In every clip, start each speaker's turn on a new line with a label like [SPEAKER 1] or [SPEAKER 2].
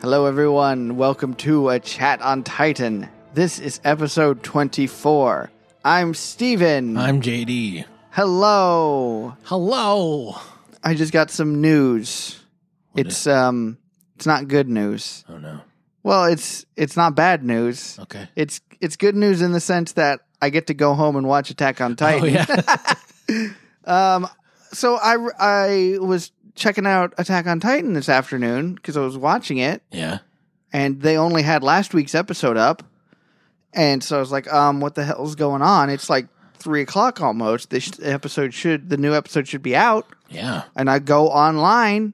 [SPEAKER 1] Hello, everyone. Welcome to A Chat on Titan. This is episode 24. I'm Steven.
[SPEAKER 2] I'm JD.
[SPEAKER 1] Hello.
[SPEAKER 2] Hello.
[SPEAKER 1] I just got some news. it's um it's not good news.
[SPEAKER 2] Oh no.
[SPEAKER 1] Well, it's it's not bad news.
[SPEAKER 2] Okay.
[SPEAKER 1] It's it's good news in the sense that I get to go home and watch Attack on Titan.
[SPEAKER 2] Oh yeah.
[SPEAKER 1] So I I was checking out Attack on Titan this afternoon because I was watching it
[SPEAKER 2] yeah.
[SPEAKER 1] and they only had last week's episode up. And so I was like, um, what the hell's going on? It's like three o'clock almost. This sh- episode should, the new episode should be out.
[SPEAKER 2] Yeah.
[SPEAKER 1] And I go online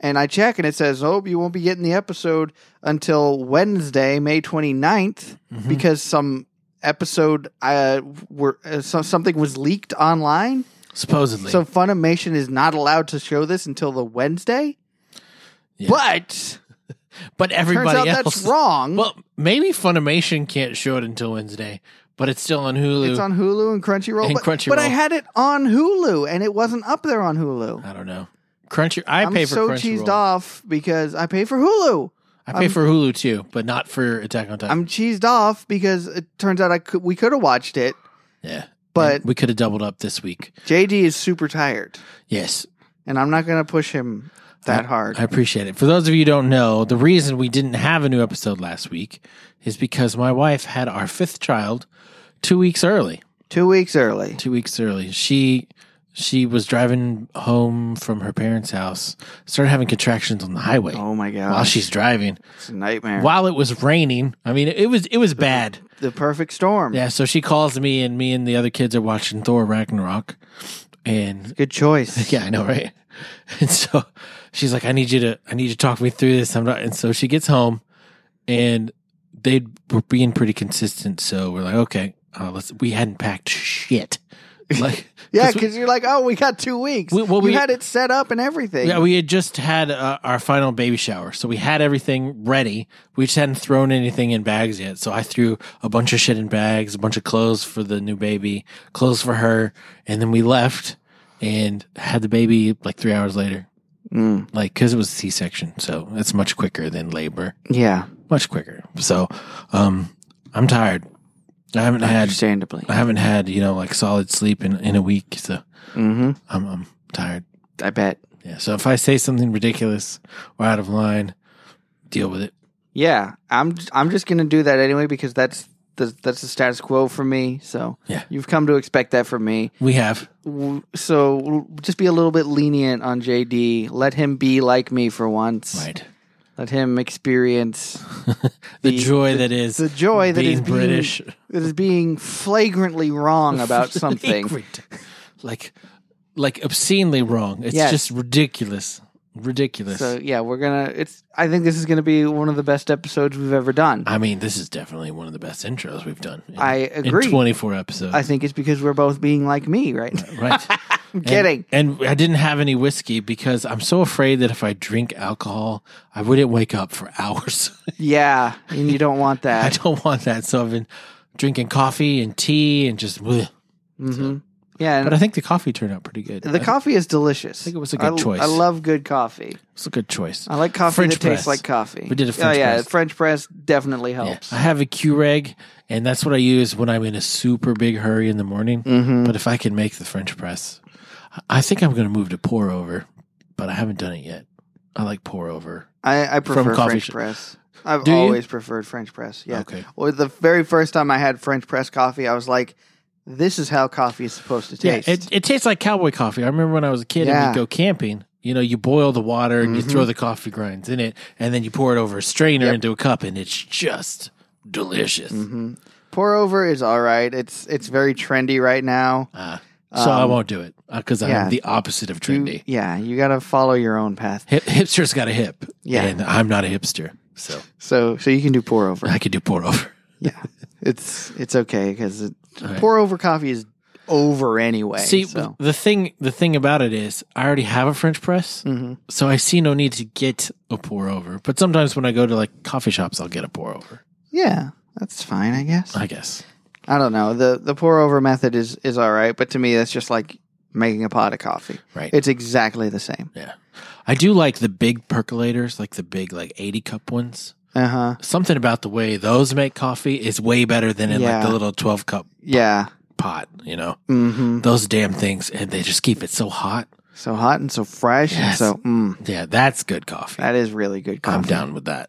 [SPEAKER 1] and I check and it says, oh, you won't be getting the episode until Wednesday, May 29th,
[SPEAKER 2] Mm-hmm.
[SPEAKER 1] because some episode, uh, were, uh, so, something was leaked online.
[SPEAKER 2] Supposedly.
[SPEAKER 1] So Funimation is not allowed to show this until the Wednesday.
[SPEAKER 2] Yeah.
[SPEAKER 1] But
[SPEAKER 2] but
[SPEAKER 1] turns
[SPEAKER 2] everybody
[SPEAKER 1] out
[SPEAKER 2] else.
[SPEAKER 1] that's wrong.
[SPEAKER 2] Well, maybe Funimation can't show it until Wednesday, but it's still on Hulu.
[SPEAKER 1] It's on Hulu and Crunchyroll.
[SPEAKER 2] And
[SPEAKER 1] but,
[SPEAKER 2] Crunchyroll.
[SPEAKER 1] but I had it on Hulu and it wasn't up there on Hulu.
[SPEAKER 2] I don't know. Crunchy. I
[SPEAKER 1] am
[SPEAKER 2] pay for
[SPEAKER 1] so
[SPEAKER 2] Crunchyroll.
[SPEAKER 1] cheesed off because I pay for Hulu.
[SPEAKER 2] I pay for Hulu too, but not for Attack on Titan.
[SPEAKER 1] I'm cheesed off because it turns out I could, we could have watched it,
[SPEAKER 2] yeah.
[SPEAKER 1] but
[SPEAKER 2] we could have doubled up this week.
[SPEAKER 1] JD is super tired
[SPEAKER 2] Yes.
[SPEAKER 1] and I'm not going to push him that hard.
[SPEAKER 2] I appreciate it. For those of you who don't know, the reason we didn't have a new episode last week is because my wife had our fifth child two weeks early.
[SPEAKER 1] Two weeks early.
[SPEAKER 2] two weeks early. She she was driving home from her parents' house, started having contractions on the highway
[SPEAKER 1] Oh my
[SPEAKER 2] while
[SPEAKER 1] gosh.
[SPEAKER 2] she's driving.
[SPEAKER 1] It's a nightmare.
[SPEAKER 2] While it was raining, I mean, it was it was bad.
[SPEAKER 1] The perfect storm.
[SPEAKER 2] Yeah, so she calls me, and me and the other kids are watching Thor Ragnarok, and
[SPEAKER 1] Good choice.
[SPEAKER 2] yeah, I know, right? And so she's like, I need you to, I need you to talk me through this. I'm not. And so she gets home, and they were being pretty consistent. So we're like, okay, uh, let's. We hadn't packed shit. Like,
[SPEAKER 1] Yeah,
[SPEAKER 2] we-
[SPEAKER 1] because you're like, oh, we got two weeks.
[SPEAKER 2] We- well,
[SPEAKER 1] you
[SPEAKER 2] we-
[SPEAKER 1] had it set up and everything.
[SPEAKER 2] Yeah, we had just had uh, our final baby shower, so we had everything ready. We just hadn't thrown anything in bags yet. So I threw a bunch of shit in bags, a bunch of clothes for the new baby, clothes for her, and then we left and had the baby like three hours later.
[SPEAKER 1] Mm.
[SPEAKER 2] Like, because it was C section, so it's much quicker than labor,
[SPEAKER 1] yeah
[SPEAKER 2] much quicker. So, um, I'm tired. I haven't had
[SPEAKER 1] understandably.
[SPEAKER 2] I haven't had you know like solid sleep in in a week, so
[SPEAKER 1] hmm
[SPEAKER 2] I'm I'm tired.
[SPEAKER 1] I bet.
[SPEAKER 2] Yeah. So if I say something ridiculous or out of line, deal with it.
[SPEAKER 1] Yeah, I'm I'm just gonna do that anyway because that's the that's the status quo for me. So
[SPEAKER 2] Yeah.
[SPEAKER 1] you've come to expect that from me.
[SPEAKER 2] We have.
[SPEAKER 1] W- So w- just be a little bit lenient on JD. Let him be like me for once.
[SPEAKER 2] Right.
[SPEAKER 1] Let him experience
[SPEAKER 2] The,
[SPEAKER 1] The-
[SPEAKER 2] joy that is
[SPEAKER 1] the joy that is
[SPEAKER 2] being
[SPEAKER 1] being
[SPEAKER 2] British.
[SPEAKER 1] that is being flagrantly wrong about something.
[SPEAKER 2] like, like obscenely wrong. It's
[SPEAKER 1] Yes.
[SPEAKER 2] just ridiculous. Ridiculous.
[SPEAKER 1] so yeah, we're gonna. It's. I think this is gonna be one of the best episodes we've ever done.
[SPEAKER 2] I mean, this is definitely one of the best intros we've done. In,
[SPEAKER 1] I agree.
[SPEAKER 2] In 24 episodes.
[SPEAKER 1] I think it's because we're both being like me right now.
[SPEAKER 2] right.
[SPEAKER 1] I'm kidding.
[SPEAKER 2] And I didn't have any whiskey because I'm so afraid that if I drink alcohol, I wouldn't wake up for hours.
[SPEAKER 1] Yeah, and you don't want
[SPEAKER 2] I
[SPEAKER 1] that.
[SPEAKER 2] don't want that. So I've been drinking coffee and tea and just. bleh.
[SPEAKER 1] hmm Yeah, and
[SPEAKER 2] But I think the coffee turned out pretty good.
[SPEAKER 1] The coffee is delicious. I
[SPEAKER 2] think it was a good
[SPEAKER 1] I,
[SPEAKER 2] choice.
[SPEAKER 1] I love good coffee.
[SPEAKER 2] It's a good choice.
[SPEAKER 1] I like coffee
[SPEAKER 2] French
[SPEAKER 1] that tastes
[SPEAKER 2] press.
[SPEAKER 1] like coffee.
[SPEAKER 2] We did
[SPEAKER 1] oh,
[SPEAKER 2] a French
[SPEAKER 1] yeah,
[SPEAKER 2] press.
[SPEAKER 1] French press definitely
[SPEAKER 2] Yeah.
[SPEAKER 1] helps.
[SPEAKER 2] I have a Keurig, and that's what I use when I'm in a super big hurry in the morning.
[SPEAKER 1] Mm-hmm.
[SPEAKER 2] But if I can make the French press, I- I think I'm going to move to pour over, but I haven't done it yet. I like pour over.
[SPEAKER 1] I, I prefer
[SPEAKER 2] coffee
[SPEAKER 1] French
[SPEAKER 2] shop.
[SPEAKER 1] press. I've
[SPEAKER 2] Do you?
[SPEAKER 1] always preferred French press. Yeah.
[SPEAKER 2] Okay.
[SPEAKER 1] Or the very first time I had French press coffee, I was like, "This is how coffee is supposed to taste."
[SPEAKER 2] Yeah, it, it tastes like cowboy coffee. I remember when I was a kid
[SPEAKER 1] Yeah. Mm-hmm.
[SPEAKER 2] and we'd go camping. You know, you boil the water and you throw the coffee grinds in it, and then you pour it over a strainer
[SPEAKER 1] Yep. Mm-hmm.
[SPEAKER 2] into a cup, and it's just delicious.
[SPEAKER 1] Pour over is all right. It's it's very trendy right now.
[SPEAKER 2] Ah, so I won't do it because
[SPEAKER 1] Um, yeah.
[SPEAKER 2] I'm the opposite of
[SPEAKER 1] You-
[SPEAKER 2] trendy.
[SPEAKER 1] yeah, you got to follow your own path.
[SPEAKER 2] Hip, hipster's got a hip.
[SPEAKER 1] Yeah.
[SPEAKER 2] And I'm not a hipster. So
[SPEAKER 1] So so you can do pour over.
[SPEAKER 2] I could do pour over.
[SPEAKER 1] yeah, it's it's okay because it,
[SPEAKER 2] Alright.
[SPEAKER 1] pour over coffee is over anyway.
[SPEAKER 2] See,
[SPEAKER 1] so.
[SPEAKER 2] the thing the thing about it is I already have a French press,
[SPEAKER 1] Mm. Mm-hmm.
[SPEAKER 2] so I see no need to get a pour over. But sometimes when I go to like coffee shops, I'll get a pour over,
[SPEAKER 1] yeah, that's fine, I guess.
[SPEAKER 2] I guess.
[SPEAKER 1] I don't know the the pour over method is is all right, but to me that's just like making a pot of coffee.
[SPEAKER 2] Right.
[SPEAKER 1] It's exactly the same.
[SPEAKER 2] yeah. I do like the big percolators, like the big like 80 cup ones.
[SPEAKER 1] Uh huh.
[SPEAKER 2] Something about the way those make coffee is way better than in like
[SPEAKER 1] Yeah.
[SPEAKER 2] the little 12 cup
[SPEAKER 1] Yeah.
[SPEAKER 2] pot, you know.
[SPEAKER 1] hmm
[SPEAKER 2] Those damn things and they just keep it so hot.
[SPEAKER 1] So hot and so fresh
[SPEAKER 2] Yes.
[SPEAKER 1] and so mm,
[SPEAKER 2] Yeah, that's good coffee.
[SPEAKER 1] that is really good coffee.
[SPEAKER 2] I'm down with that.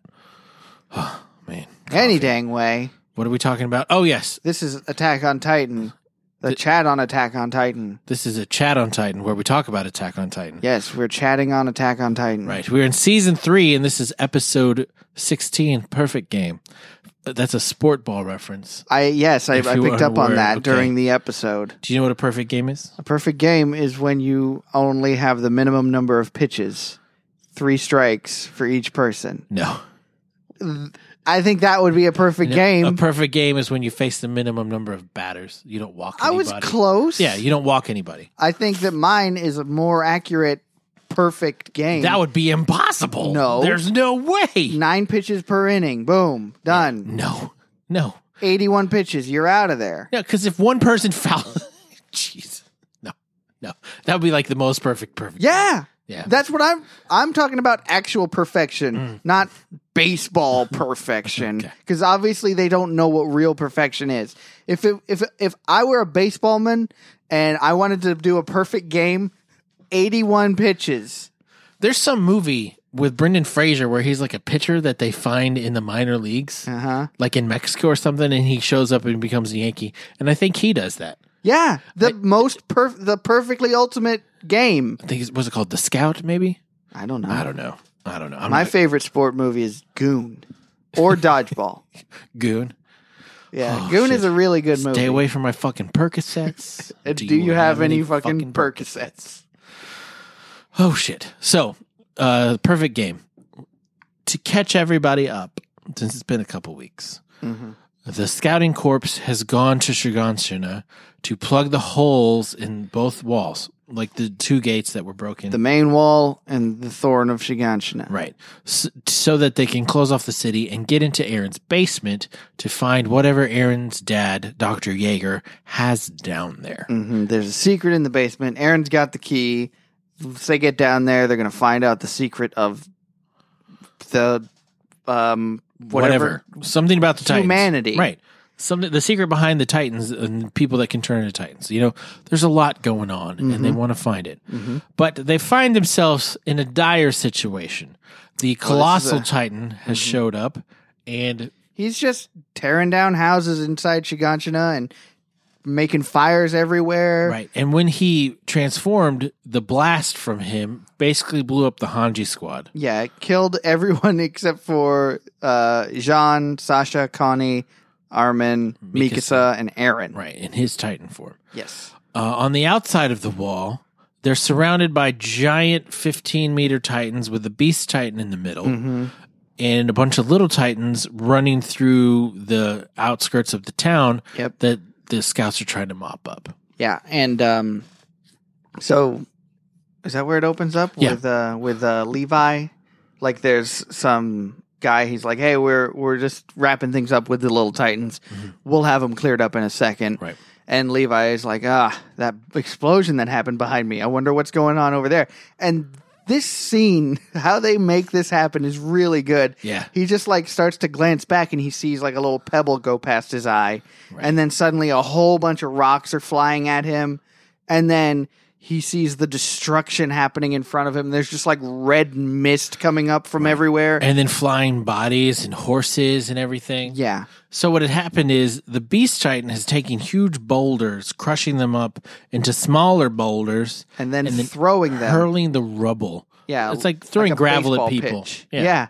[SPEAKER 2] Oh, man.
[SPEAKER 1] Any
[SPEAKER 2] Coffee.
[SPEAKER 1] dang way.
[SPEAKER 2] What are we talking about? Oh, yes.
[SPEAKER 1] This is Attack on Titan. The
[SPEAKER 2] Th-
[SPEAKER 1] chat on Attack on Titan.
[SPEAKER 2] This is a chat on Titan where we talk about Attack on Titan.
[SPEAKER 1] Yes, we're chatting on Attack on Titan.
[SPEAKER 2] Right. We're in season three, and this is episode 16 Perfect Game. That's a sport ball reference.
[SPEAKER 1] I yes, I,
[SPEAKER 2] If
[SPEAKER 1] I
[SPEAKER 2] you
[SPEAKER 1] picked
[SPEAKER 2] are
[SPEAKER 1] up on
[SPEAKER 2] aware,
[SPEAKER 1] that
[SPEAKER 2] okay.
[SPEAKER 1] during the episode.
[SPEAKER 2] Do you know what a perfect game is?
[SPEAKER 1] A perfect game is when you only have the minimum number of pitches, three strikes for each person.
[SPEAKER 2] No.
[SPEAKER 1] I think that would be a perfect
[SPEAKER 2] No, A
[SPEAKER 1] game.
[SPEAKER 2] perfect game is when you face the minimum number of batters. You don't walk
[SPEAKER 1] I
[SPEAKER 2] anybody.
[SPEAKER 1] was close.
[SPEAKER 2] Yeah, you don't walk anybody.
[SPEAKER 1] I think that mine is a more accurate perfect game.
[SPEAKER 2] That would be impossible.
[SPEAKER 1] No.
[SPEAKER 2] There's no way.
[SPEAKER 1] nine pitches per inning. Boom, done.
[SPEAKER 2] No. No.
[SPEAKER 1] Eighty-one pitches. You're out of there.
[SPEAKER 2] No, because if one person fouls. Jeez. No. No. That would be like the most perfect perfect.
[SPEAKER 1] Yeah, Mm.
[SPEAKER 2] Yeah.
[SPEAKER 1] that's what I'm. I'm talking about actual perfection, not baseball perfection. Because obviously they don't know what real perfection is. If it, if if I were a baseballman and I wanted to do a perfect game, eighty-one pitches.
[SPEAKER 2] There's some movie with Brendan Fraser where he's like a pitcher that they find in the minor leagues,
[SPEAKER 1] Uh huh.
[SPEAKER 2] like in Mexico or something, and he shows up and becomes a Yankee. And I think he does that.
[SPEAKER 1] Yeah, the most perf- the perfectly ultimate game.
[SPEAKER 2] I think it's, what's it called? The Scout, maybe?
[SPEAKER 1] I don't know.
[SPEAKER 2] I don't know. I don't know. I'm
[SPEAKER 1] My
[SPEAKER 2] not
[SPEAKER 1] favorite sport movie is Goon or Dodgeball.
[SPEAKER 2] goon.
[SPEAKER 1] Yeah,
[SPEAKER 2] Oh,
[SPEAKER 1] Goon
[SPEAKER 2] shit.
[SPEAKER 1] is a really good movie.
[SPEAKER 2] Stay away from my fucking Percocets.
[SPEAKER 1] And do, you have, any, fucking, Percocets?
[SPEAKER 2] Oh shit. So, uh perfect game. To catch everybody up, since it's been a couple weeks.
[SPEAKER 1] Mm-hmm.
[SPEAKER 2] The scouting corps has gone to Shiganshina to plug the holes in both walls, like the two gates that were broken.
[SPEAKER 1] The main wall and the thorn of Shiganshina.
[SPEAKER 2] right. So, so that they can close off the city and get into Aaron's basement to find whatever Aaron's dad, Dr. Jaeger, has down there.
[SPEAKER 1] hmm There's a secret in the basement. Aaron's got the key. Once they get down there, they're gonna find out the secret of the um whatever.
[SPEAKER 2] whatever. Something about the Titans.
[SPEAKER 1] Humanity.
[SPEAKER 2] Right. Something the secret behind the Titans and the people that can turn into Titans. You know, there's a lot going on and they want to find it. But they find themselves in a dire situation. The colossal
[SPEAKER 1] a-
[SPEAKER 2] Titan has showed up and
[SPEAKER 1] He's just tearing down houses inside Shiganshina and making fires everywhere.
[SPEAKER 2] right. And when he transformed, the blast from him basically blew up the Hanji squad.
[SPEAKER 1] Yeah, it killed everyone except for uh, Jean, Sasha, Connie, Armin,
[SPEAKER 2] Mikasa.
[SPEAKER 1] Mikasa, and Aaron.
[SPEAKER 2] Right, in his Titan form.
[SPEAKER 1] Yes.
[SPEAKER 2] Uh, on the outside of the wall, they're surrounded by giant 15 meter titans with the beast titan in the middle
[SPEAKER 1] Mm-hmm.
[SPEAKER 2] and a bunch of little titans running through the outskirts of the town
[SPEAKER 1] Yep.
[SPEAKER 2] that the scouts are trying to mop up.
[SPEAKER 1] Yeah, and um, so is that where it opens up
[SPEAKER 2] Yeah.
[SPEAKER 1] with uh, with uh, Levi? Like, there's some guy. He's like, "Hey, we're we're just wrapping things up with the little Titans. We'll have them cleared up in a second.
[SPEAKER 2] Right.
[SPEAKER 1] And Levi is like, ah, that explosion that happened behind me. I wonder what's going on over there. And this scene, how they make this happen is really good.
[SPEAKER 2] Yeah.
[SPEAKER 1] He just like starts to glance back and he sees like a little pebble go past his eye. And then suddenly a whole bunch of rocks are flying at him. And then he sees the destruction happening in front of him. There's just like red mist coming up from everywhere.
[SPEAKER 2] And then flying bodies and horses and everything.
[SPEAKER 1] yeah.
[SPEAKER 2] So what had happened is the beast titan has taken huge boulders, crushing them up into smaller boulders,
[SPEAKER 1] And then,
[SPEAKER 2] And then
[SPEAKER 1] throwing them.
[SPEAKER 2] hurling the rubble.
[SPEAKER 1] Yeah,
[SPEAKER 2] It's like throwing
[SPEAKER 1] a
[SPEAKER 2] gravel
[SPEAKER 1] baseball
[SPEAKER 2] at people.
[SPEAKER 1] pitch. Yeah.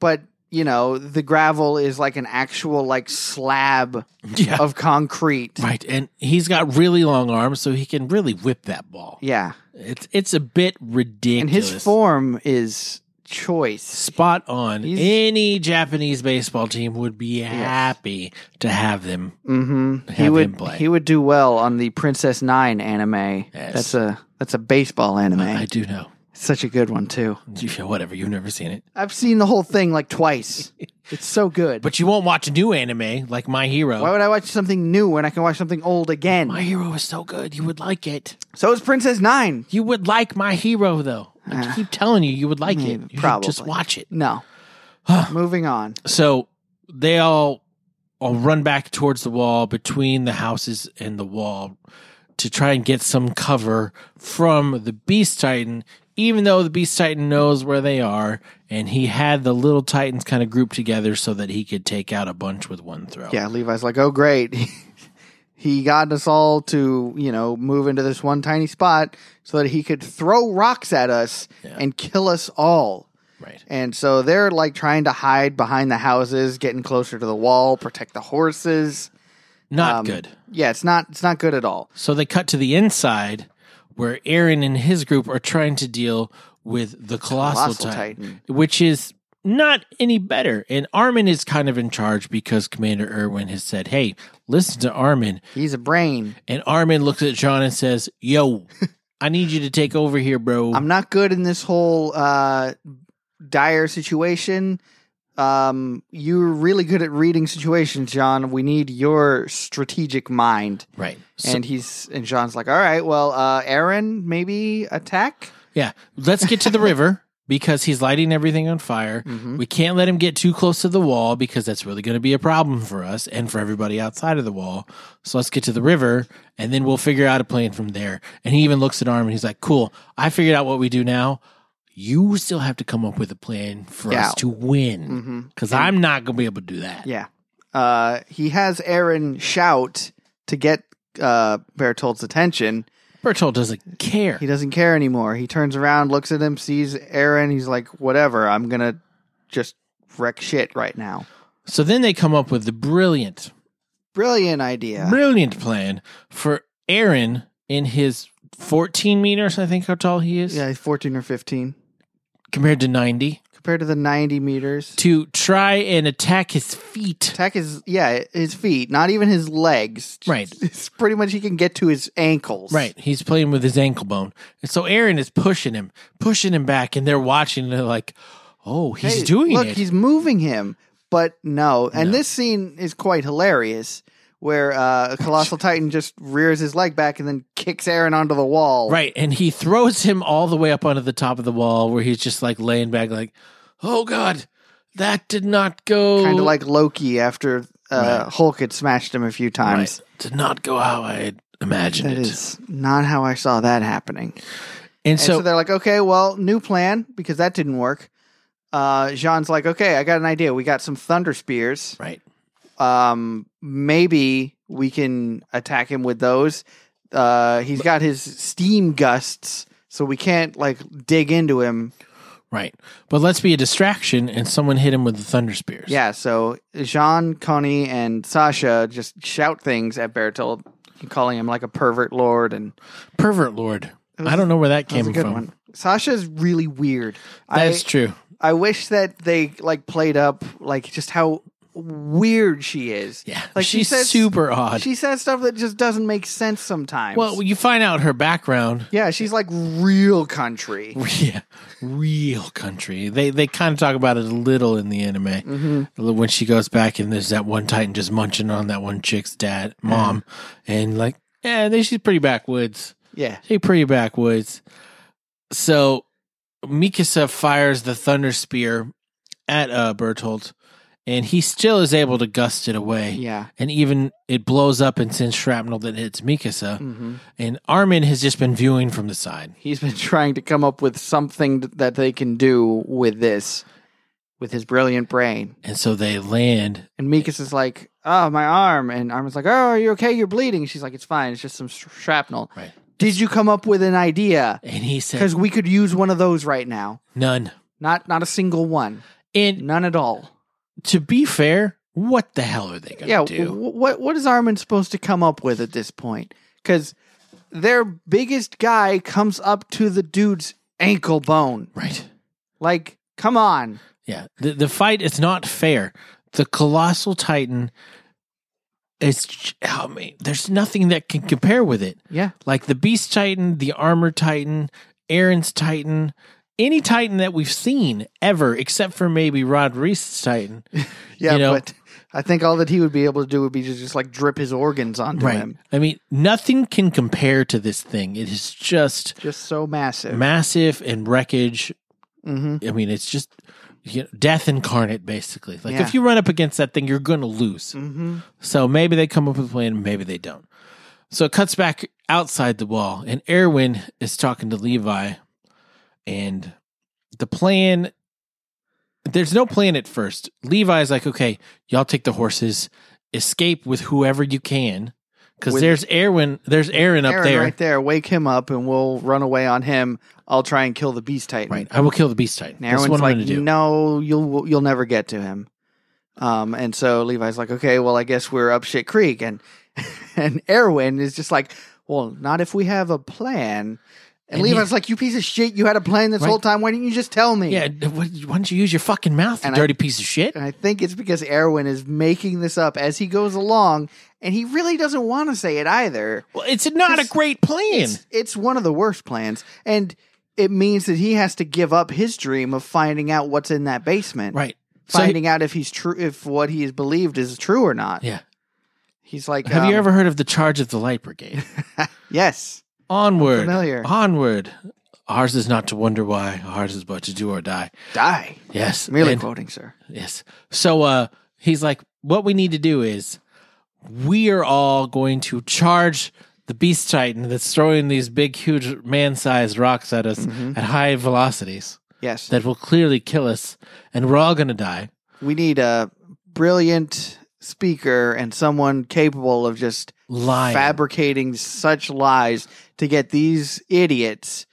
[SPEAKER 1] But, you know, the gravel is like an actual like slab
[SPEAKER 2] Yeah.
[SPEAKER 1] of concrete.
[SPEAKER 2] Right, and he's got really long arms, so he can really whip that ball.
[SPEAKER 1] Yeah.
[SPEAKER 2] It's it's a bit ridiculous.
[SPEAKER 1] And his form is choice.
[SPEAKER 2] spot on.
[SPEAKER 1] He's-
[SPEAKER 2] Any Japanese baseball team would be happy to have them.
[SPEAKER 1] hmm He
[SPEAKER 2] Have
[SPEAKER 1] would
[SPEAKER 2] him play.
[SPEAKER 1] he would do well on the Princess Nine anime.
[SPEAKER 2] Yes.
[SPEAKER 1] That's a that's a baseball anime.
[SPEAKER 2] I do know.
[SPEAKER 1] It's such a good one too.
[SPEAKER 2] Yeah, whatever. You've never seen it,
[SPEAKER 1] I've seen the whole thing like twice. it's so good.
[SPEAKER 2] but you won't watch new anime like My Hero.
[SPEAKER 1] why would I watch something new when I can watch something old again?
[SPEAKER 2] My Hero is so good. You would like it.
[SPEAKER 1] so is Princess Nine.
[SPEAKER 2] You would like My Hero, though. I keep telling you, you would like it. You should
[SPEAKER 1] probably.
[SPEAKER 2] just watch it.
[SPEAKER 1] No. Moving on.
[SPEAKER 2] So they all all run back towards the wall between the houses and the wall to try and get some cover from the Beast Titan, even though the Beast Titan knows where they are, and he had the little Titans kind of grouped together so that he could take out a bunch with one throw.
[SPEAKER 1] Yeah, Levi's like, oh great. he got us all to, you know, move into this one tiny spot so that he could throw rocks at us
[SPEAKER 2] Yeah.
[SPEAKER 1] and kill us all.
[SPEAKER 2] Right.
[SPEAKER 1] And so they're like trying to hide behind the houses, getting closer to the wall, protect the horses.
[SPEAKER 2] Not
[SPEAKER 1] Um,
[SPEAKER 2] good.
[SPEAKER 1] Yeah, it's not it's not good at all.
[SPEAKER 2] So they cut to the inside where Aaron and his group are trying to deal with the Colossal,
[SPEAKER 1] Colossal
[SPEAKER 2] Titan,
[SPEAKER 1] Titan.
[SPEAKER 2] which is not any better. And Armin is kind of in charge because Commander Irwin has said, Hey, listen to Armin.
[SPEAKER 1] He's a brain.
[SPEAKER 2] And Armin looks at John and says, Yo, I need you to take over here, bro.
[SPEAKER 1] I'm not good in this whole uh, dire situation. Um, you're really good at reading situations, John. We need your strategic mind.
[SPEAKER 2] right. So,
[SPEAKER 1] And he's and John's like, all right, well, uh, Aaron, maybe attack.
[SPEAKER 2] yeah, let's get to the river. Because he's lighting everything on fire.
[SPEAKER 1] Hmm?
[SPEAKER 2] We can't let him get too close to the wall because that's really going to be a problem for us and for everybody outside of the wall. So let's get to the river and then we'll figure out a plan from there. And he even looks at Arm and he's like, cool, I figured out what we do now. You still have to come up with a plan for
[SPEAKER 1] Yeah. Hmm.
[SPEAKER 2] us to win because I'm not going to be able to do that.
[SPEAKER 1] Mm-hmm. Yeah. Uh, he has Aaron shout to get uh, Bertolt's attention.
[SPEAKER 2] Bertolt doesn't care.
[SPEAKER 1] He doesn't care anymore. He turns around, looks at him, sees Aaron. He's like, whatever. I'm gonna just wreck shit right now.
[SPEAKER 2] So then they come up with the brilliant,
[SPEAKER 1] Brilliant idea.
[SPEAKER 2] brilliant plan for Aaron in his 14 meters, I think how tall he is,
[SPEAKER 1] Yeah, he's 14 or 15
[SPEAKER 2] compared to 90,
[SPEAKER 1] compared to the 90 meters.
[SPEAKER 2] to try and attack his feet.
[SPEAKER 1] Attack his yeah his feet, not even his legs. Just-
[SPEAKER 2] Right.
[SPEAKER 1] it's pretty much he can get to his ankles.
[SPEAKER 2] Right. He's playing with his ankle bone. And so Aaron is pushing him, pushing him back, and they're watching and they're like, oh, he's
[SPEAKER 1] Hey,
[SPEAKER 2] doing
[SPEAKER 1] Look,
[SPEAKER 2] it.
[SPEAKER 1] he's moving him, but no. And this scene is quite hilarious, where uh, a colossal titan just rears his leg back and then kicks Aaron onto the wall.
[SPEAKER 2] Right. And he throws him all the way up onto the top of the wall where he's just like laying back, like, oh God, that did not go.
[SPEAKER 1] Kind of like Loki after uh,
[SPEAKER 2] Right.
[SPEAKER 1] Hulk had smashed him a few times.
[SPEAKER 2] Right. Did not go how I had imagined
[SPEAKER 1] That
[SPEAKER 2] it.
[SPEAKER 1] is not how I saw that happening.
[SPEAKER 2] And
[SPEAKER 1] And so,
[SPEAKER 2] so,
[SPEAKER 1] they're like, okay, well, new plan because that didn't work. Uh, Jean's like, okay, I got an idea. We got some thunder spears.
[SPEAKER 2] right.
[SPEAKER 1] Um, maybe we can attack him with those. Uh, he's got his steam gusts, so we can't like dig into him.
[SPEAKER 2] Right. But let's be a distraction and someone hit him with the thunder spears.
[SPEAKER 1] Yeah. So Jean, Connie, and Sasha just shout things at Bertold, calling him like a pervert lord, and
[SPEAKER 2] Pervert Lord.
[SPEAKER 1] was-
[SPEAKER 2] I don't know where that
[SPEAKER 1] that was
[SPEAKER 2] came
[SPEAKER 1] a good
[SPEAKER 2] from.
[SPEAKER 1] one. Sasha's really weird.
[SPEAKER 2] That's true.
[SPEAKER 1] I wish that they like played up like just how weird she is.
[SPEAKER 2] Yeah.
[SPEAKER 1] like
[SPEAKER 2] she's super odd.
[SPEAKER 1] She says stuff that just doesn't make sense sometimes.
[SPEAKER 2] well, you find out her background.
[SPEAKER 1] yeah, she's like real country.
[SPEAKER 2] Yeah. Real country. They they kind of talk about it a little in the anime.
[SPEAKER 1] Mm-hmm.
[SPEAKER 2] When she goes back and there's that one Titan just munching on that one chick's dad, mom, and like, yeah, they, she's pretty backwoods.
[SPEAKER 1] Yeah,
[SPEAKER 2] Hey, pretty backwoods. So Mikasa fires the thunder spear at uh, Bertolt, and he still is able to gust it away.
[SPEAKER 1] yeah.
[SPEAKER 2] And even it blows up and sends shrapnel that hits Mikasa.
[SPEAKER 1] hmm
[SPEAKER 2] And Armin has just been viewing from the side.
[SPEAKER 1] He's been trying to come up with something that they can do with this, with his brilliant brain.
[SPEAKER 2] And so they land.
[SPEAKER 1] And Mikas is like, "Oh, my arm," and Armin's like, "Oh, are you okay? You're bleeding." She's like, "It's fine. It's just some sh- shrapnel."
[SPEAKER 2] Right.
[SPEAKER 1] Did you come up with an idea?
[SPEAKER 2] And he says,
[SPEAKER 1] Because we could use one of those right now.
[SPEAKER 2] None.
[SPEAKER 1] Not not a single one.
[SPEAKER 2] And
[SPEAKER 1] None at all.
[SPEAKER 2] to be fair, what the hell are they going to
[SPEAKER 1] Yeah.
[SPEAKER 2] do?
[SPEAKER 1] wh- what what is Armin supposed to come up with at this point? Because their biggest guy comes up to the dude's ankle bone.
[SPEAKER 2] right.
[SPEAKER 1] Like, come on.
[SPEAKER 2] Yeah. The the fight is not fair. The colossal titan is j- oh, I mean, there's nothing that can compare with it.
[SPEAKER 1] Yeah.
[SPEAKER 2] Like the beast titan, the armor titan, Aaron's Titan, any Titan that we've seen ever, except for maybe Rod Reese's Titan.
[SPEAKER 1] Yeah,
[SPEAKER 2] You know-
[SPEAKER 1] but I think all that he would be able to do would be just, just like drip his organs onto him.
[SPEAKER 2] I mean, nothing can compare to this thing. It is just
[SPEAKER 1] Just so massive.
[SPEAKER 2] massive and wreckage.
[SPEAKER 1] hmm
[SPEAKER 2] I mean, it's just you know, death incarnate, basically. Like
[SPEAKER 1] Yeah.
[SPEAKER 2] if you run up against that thing, you're going to lose.
[SPEAKER 1] hmm
[SPEAKER 2] So maybe they come up with a plan, maybe they don't. So it cuts back outside the wall, and Erwin is talking to Levi, and the plan. There's no plan at first. Levi's like, okay, y'all take the horses, escape with whoever you can, because
[SPEAKER 1] With-
[SPEAKER 2] there's Erwin. There's Aaron up
[SPEAKER 1] Aaron,
[SPEAKER 2] there.
[SPEAKER 1] right there. Wake him up, and we'll run away on him. I'll try and kill the beast titan.
[SPEAKER 2] Right, I will kill the beast titan.
[SPEAKER 1] And
[SPEAKER 2] That's
[SPEAKER 1] Aaron's
[SPEAKER 2] what I'm
[SPEAKER 1] like,
[SPEAKER 2] going to do.
[SPEAKER 1] no, you'll you'll never get to him. Um, and so Levi's like, okay, well, I guess we're up shit creek, and and Erwin is just like, well, not if we have a plan. And,
[SPEAKER 2] And
[SPEAKER 1] Levi's like, you piece of shit, you had a plan this
[SPEAKER 2] Right.
[SPEAKER 1] whole time. Why didn't you just tell me?
[SPEAKER 2] Yeah, d- why why don't you use your fucking mouth, you
[SPEAKER 1] And I- Uh,
[SPEAKER 2] dirty piece of shit?
[SPEAKER 1] And I think it's because Erwin is making this up as he goes along, and he really doesn't want to say it either.
[SPEAKER 2] well, it's not a
[SPEAKER 1] It's-
[SPEAKER 2] great plan.
[SPEAKER 1] It's, it's one of the worst plans, and it means that he has to give up his dream of finding out what's in that basement,
[SPEAKER 2] Right. So he-
[SPEAKER 1] Finding out if he's true, if what he has believed is true or not.
[SPEAKER 2] Yeah.
[SPEAKER 1] He's like,
[SPEAKER 2] have you
[SPEAKER 1] um,
[SPEAKER 2] ever heard of the Charge of the Light Brigade?
[SPEAKER 1] Yes,
[SPEAKER 2] Onward.
[SPEAKER 1] familiar.
[SPEAKER 2] Onward. Ours is not to wonder why. Ours is but to do or die.
[SPEAKER 1] Die.
[SPEAKER 2] Yes.
[SPEAKER 1] Merely
[SPEAKER 2] and-
[SPEAKER 1] quoting, sir.
[SPEAKER 2] yes. So uh he's like, what we need to do is we are all going to charge the beast titan that's throwing these big, huge man sized rocks at us
[SPEAKER 1] Mhm.
[SPEAKER 2] at high velocities
[SPEAKER 1] Yes,
[SPEAKER 2] that will clearly kill us and we're all gonna die.
[SPEAKER 1] we need a brilliant speaker and someone capable of just
[SPEAKER 2] Lying.
[SPEAKER 1] fabricating such lies to get these idiots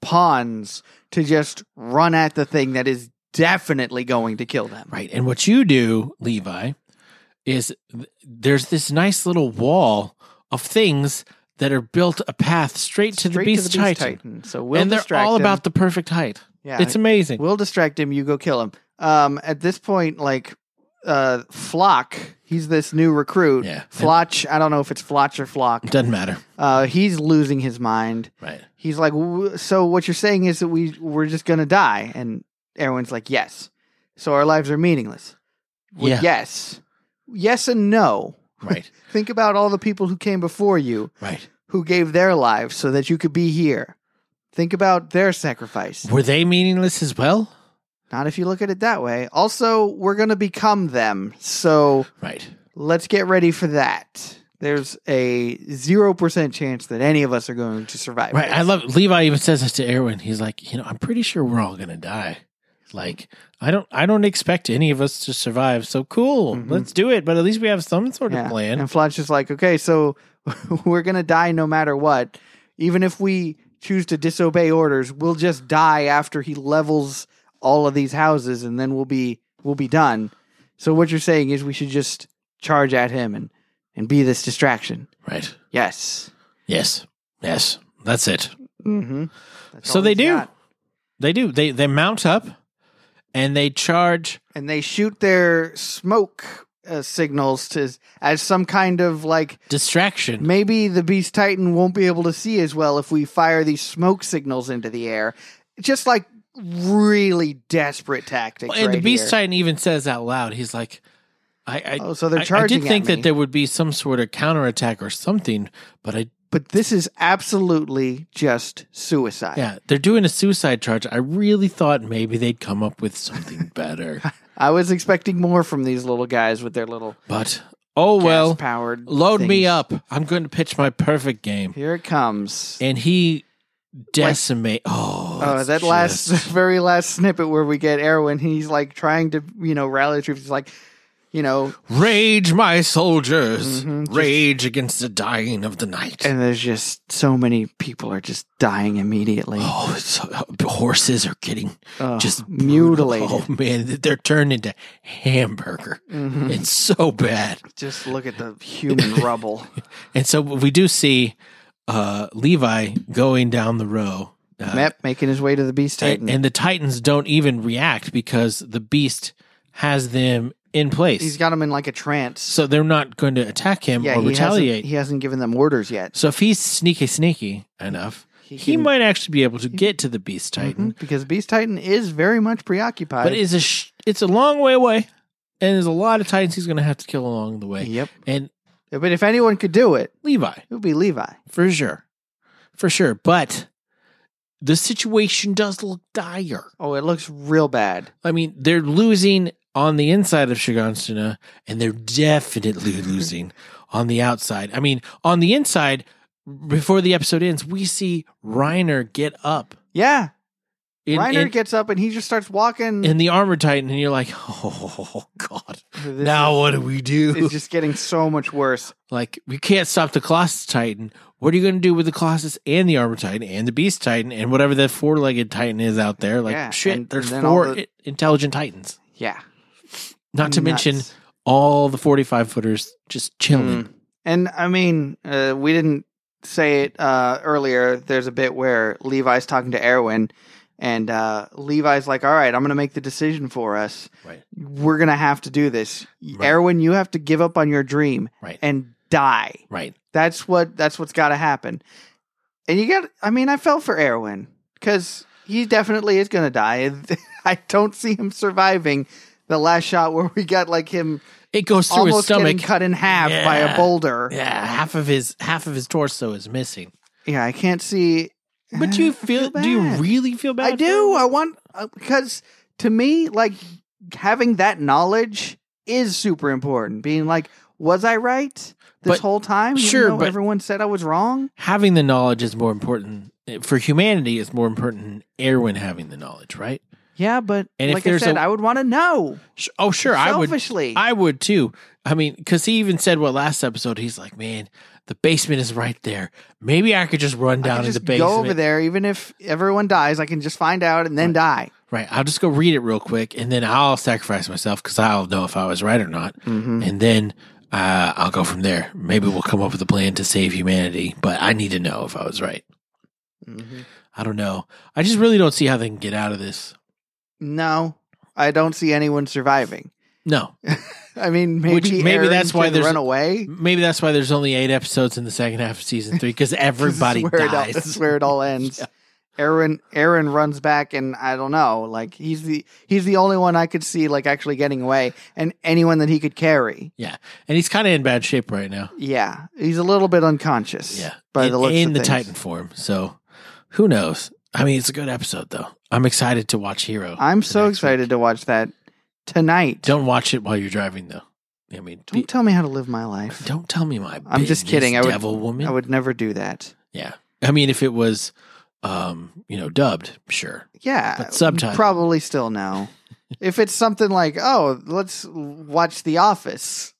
[SPEAKER 1] pawns to just run at the thing that is definitely going to kill them.
[SPEAKER 2] Right. And what you do, Levi, is th- there's this nice little wall of things that are built a path straight, to the
[SPEAKER 1] Straight
[SPEAKER 2] Beast Titan.
[SPEAKER 1] So we'll
[SPEAKER 2] and they're
[SPEAKER 1] distract
[SPEAKER 2] all
[SPEAKER 1] him.
[SPEAKER 2] about the perfect height.
[SPEAKER 1] yeah,
[SPEAKER 2] It's amazing.
[SPEAKER 1] we'll distract him. You go kill him. Um, at this point, like uh, Flock, he's this new recruit.
[SPEAKER 2] Yeah.
[SPEAKER 1] Flotch, I don't know if it's Flotch or Flock.
[SPEAKER 2] Doesn't matter.
[SPEAKER 1] Uh, he's losing his mind.
[SPEAKER 2] Right.
[SPEAKER 1] He's like, "W- so what you're saying is that we we're just gonna die? And Erwin's like, yes. So our lives are meaningless. Well,
[SPEAKER 2] Yeah.
[SPEAKER 1] Yes. Yes and no.
[SPEAKER 2] Right.
[SPEAKER 1] Think about all the people who came before you
[SPEAKER 2] Right.
[SPEAKER 1] who gave their lives so that you could be here. Think about their sacrifice.
[SPEAKER 2] Were they meaningless as well?
[SPEAKER 1] Not if you look at it that way. Also, we're gonna become them. So
[SPEAKER 2] Right.
[SPEAKER 1] let's get ready for that. There's a zero percent chance that any of us are going to survive.
[SPEAKER 2] Right.
[SPEAKER 1] this.
[SPEAKER 2] I love Levi even says this to Erwin. He's like, you know, I'm pretty sure we're all gonna die. Like, I don't I don't expect any of us to survive. So cool.
[SPEAKER 1] Mhm.
[SPEAKER 2] Let's do it. But at least we have some sort
[SPEAKER 1] Yeah.
[SPEAKER 2] of plan.
[SPEAKER 1] And Flutch is like, okay, so we're gonna die no matter what. Even if we choose to disobey orders, we'll just die after he levels all of these houses, and then we'll be we'll be done. So what you're saying is we should just charge at him and and be this distraction.
[SPEAKER 2] Right.
[SPEAKER 1] Yes.
[SPEAKER 2] Yes. Yes. That's it.
[SPEAKER 1] Mm-hmm.
[SPEAKER 2] So they do. They do. They they mount up and they charge
[SPEAKER 1] and they shoot their smoke uh, signals to as some kind of like
[SPEAKER 2] distraction.
[SPEAKER 1] Maybe the Beast Titan won't be able to see as well if we fire these smoke signals into the air. Just like really desperate tactics.
[SPEAKER 2] and the
[SPEAKER 1] right
[SPEAKER 2] Beast
[SPEAKER 1] here.
[SPEAKER 2] Titan even says out loud, he's like, I, I
[SPEAKER 1] Oh, so
[SPEAKER 2] I-
[SPEAKER 1] they're charging.
[SPEAKER 2] I did think
[SPEAKER 1] at me.
[SPEAKER 2] that there would be some sort of counterattack or something, but I
[SPEAKER 1] but this is absolutely just suicide.
[SPEAKER 2] yeah, they're doing a suicide charge. I really thought maybe they'd come up with something better.
[SPEAKER 1] I was expecting more from these little guys with their little
[SPEAKER 2] but oh well,
[SPEAKER 1] powered.
[SPEAKER 2] load me up. I'm going to pitch my perfect game.
[SPEAKER 1] Here it comes.
[SPEAKER 2] And he decimate oh,
[SPEAKER 1] Oh,
[SPEAKER 2] it's
[SPEAKER 1] that last
[SPEAKER 2] just-
[SPEAKER 1] very last snippet where we get Erwin, he's like trying to, you know, rally the troops. He's like, you know,
[SPEAKER 2] Rage, my soldiers!
[SPEAKER 1] Mhm, just-
[SPEAKER 2] Rage against the dying of the night.
[SPEAKER 1] and there's just so many people are just dying immediately.
[SPEAKER 2] oh, it's, uh, horses are getting
[SPEAKER 1] Ugh,
[SPEAKER 2] just
[SPEAKER 1] Uh, mutilated.
[SPEAKER 2] Oh man, they're turned into hamburger.
[SPEAKER 1] Mhm.
[SPEAKER 2] It's so bad.
[SPEAKER 1] Just look at the human rubble.
[SPEAKER 2] And so we do see uh, Levi going down the row. Uh,
[SPEAKER 1] Mep making his way to the Beast Titan.
[SPEAKER 2] and, and the Titans don't even react because the beast has them in place.
[SPEAKER 1] He's got him in like a trance.
[SPEAKER 2] so they're not going to attack him
[SPEAKER 1] Yeah,
[SPEAKER 2] or
[SPEAKER 1] he hasn't,
[SPEAKER 2] retaliate.
[SPEAKER 1] he hasn't given them orders yet.
[SPEAKER 2] so if he's sneaky sneaky enough,
[SPEAKER 1] He,
[SPEAKER 2] He
[SPEAKER 1] can-
[SPEAKER 2] might actually be able to get to the Beast
[SPEAKER 1] Mhm,
[SPEAKER 2] Titan,
[SPEAKER 1] because Beast Titan is very much preoccupied.
[SPEAKER 2] but it's a sh- it's a long way away, and there's a lot of Titans he's going to have to kill along the way.
[SPEAKER 1] yep.
[SPEAKER 2] And
[SPEAKER 1] But if anyone could do it,
[SPEAKER 2] Levi,
[SPEAKER 1] it would be Levi.
[SPEAKER 2] for sure, for sure. But the situation does look dire.
[SPEAKER 1] Oh, it looks real bad.
[SPEAKER 2] I mean, they're losing on the inside of Shigansuna, and they're definitely losing on the outside. I mean, on the inside, before the episode ends, we see Reiner get up
[SPEAKER 1] Yeah.
[SPEAKER 2] in,
[SPEAKER 1] Reiner
[SPEAKER 2] in,
[SPEAKER 1] gets up and he just starts walking.
[SPEAKER 2] in the armored titan, and you're like, oh god,
[SPEAKER 1] This
[SPEAKER 2] now
[SPEAKER 1] is-
[SPEAKER 2] what do we do?
[SPEAKER 1] It's just getting so much worse.
[SPEAKER 2] like, we can't stop the Colossus Titan. What are you going to do with the Colossus and the armored titan and the Beast Titan and whatever that four legged titan is out there? Like,
[SPEAKER 1] Yeah,
[SPEAKER 2] shit,
[SPEAKER 1] and-
[SPEAKER 2] there's
[SPEAKER 1] and then all
[SPEAKER 2] four
[SPEAKER 1] the-
[SPEAKER 2] i- intelligent titans.
[SPEAKER 1] Yeah.
[SPEAKER 2] Not to
[SPEAKER 1] Nuts.
[SPEAKER 2] mention all the 45 footers just chilling.
[SPEAKER 1] Mm. And I mean, uh, we didn't say it uh, earlier. There's a bit where Levi's talking to Erwin, and uh, Levi's like, "All right, I'm going to make the decision for us.
[SPEAKER 2] Right.
[SPEAKER 1] We're going to have to do this.
[SPEAKER 2] Right.
[SPEAKER 1] Erwin, you have to give up on your dream
[SPEAKER 2] Right.
[SPEAKER 1] and die.
[SPEAKER 2] Right.
[SPEAKER 1] That's what. That's what's got to happen. And you got. I mean, I felt for Erwin because he definitely is going to die. I don't see him surviving the last shot where we got like him
[SPEAKER 2] It goes through his
[SPEAKER 1] almost
[SPEAKER 2] stomach.
[SPEAKER 1] getting cut in half by
[SPEAKER 2] Yeah.
[SPEAKER 1] a boulder.
[SPEAKER 2] Yeah, half of his half of his torso is missing.
[SPEAKER 1] Yeah, I can't see.
[SPEAKER 2] But do you
[SPEAKER 1] I
[SPEAKER 2] feel, do you
[SPEAKER 1] bad.
[SPEAKER 2] really feel bad?
[SPEAKER 1] I
[SPEAKER 2] for
[SPEAKER 1] do.
[SPEAKER 2] him?
[SPEAKER 1] I want because to me, like having that knowledge is super important. Being like, was I right this
[SPEAKER 2] But-
[SPEAKER 1] whole time? even
[SPEAKER 2] sure,
[SPEAKER 1] though
[SPEAKER 2] but-
[SPEAKER 1] everyone said I was wrong.
[SPEAKER 2] Having the knowledge is more important eh, for humanity. It's more important than Erwin having the knowledge, right?
[SPEAKER 1] Yeah, but
[SPEAKER 2] And if
[SPEAKER 1] like I
[SPEAKER 2] there's
[SPEAKER 1] said,
[SPEAKER 2] a-
[SPEAKER 1] I would want to know.
[SPEAKER 2] Sh- Oh, sure, I would.
[SPEAKER 1] selfishly.
[SPEAKER 2] I would too. I mean, because he even said what last episode. He's like, man, the basement is right there. Maybe I could just run
[SPEAKER 1] I
[SPEAKER 2] down
[SPEAKER 1] could
[SPEAKER 2] in the
[SPEAKER 1] just
[SPEAKER 2] basement.
[SPEAKER 1] go over there, even if everyone dies. I can just find out and then die.
[SPEAKER 2] Right. I'll just go read it real quick and then I'll sacrifice myself because I'll know if I was right or not.
[SPEAKER 1] Mhm.
[SPEAKER 2] And then uh, I'll go from there. Maybe we'll come up with a plan to save humanity, but I need to know if I was right. Mm-hmm. I don't know. I just really don't see how they can get out of this.
[SPEAKER 1] No, I don't see anyone surviving.
[SPEAKER 2] No.
[SPEAKER 1] I mean, maybe
[SPEAKER 2] Which- maybe
[SPEAKER 1] Aaron
[SPEAKER 2] that's why
[SPEAKER 1] can
[SPEAKER 2] there's-
[SPEAKER 1] run away.
[SPEAKER 2] Maybe that's why there's only eight episodes in the second half of season three because everybody
[SPEAKER 1] this is where It all,
[SPEAKER 2] dies.
[SPEAKER 1] this is where it all ends.
[SPEAKER 2] Yeah.
[SPEAKER 1] Aaron Aaron runs back and I don't know, like he's the he's the only one I could see like actually getting away and anyone that he could carry.
[SPEAKER 2] And he's kind of in bad shape right now.
[SPEAKER 1] Yeah. He's a little bit unconscious.
[SPEAKER 2] Yeah.
[SPEAKER 1] By
[SPEAKER 2] in,
[SPEAKER 1] the looks
[SPEAKER 2] in
[SPEAKER 1] of
[SPEAKER 2] the
[SPEAKER 1] things.
[SPEAKER 2] Titan form. So who knows? I mean, it's a good episode though. I'm excited to watch Hero.
[SPEAKER 1] I'm
[SPEAKER 2] for
[SPEAKER 1] so
[SPEAKER 2] next week.
[SPEAKER 1] excited to watch that tonight.
[SPEAKER 2] Don't watch it while you're driving, though. I mean,
[SPEAKER 1] Don't
[SPEAKER 2] be-
[SPEAKER 1] tell me how to live my life.
[SPEAKER 2] don't tell me my.
[SPEAKER 1] I'm just
[SPEAKER 2] business,
[SPEAKER 1] kidding. I would-
[SPEAKER 2] devil woman.
[SPEAKER 1] I would never do that.
[SPEAKER 2] yeah, I mean, if it was, um, you know, dubbed, sure.
[SPEAKER 1] Yeah.
[SPEAKER 2] But subtitle.
[SPEAKER 1] Probably still no. if it's something like, oh, let's watch The Office.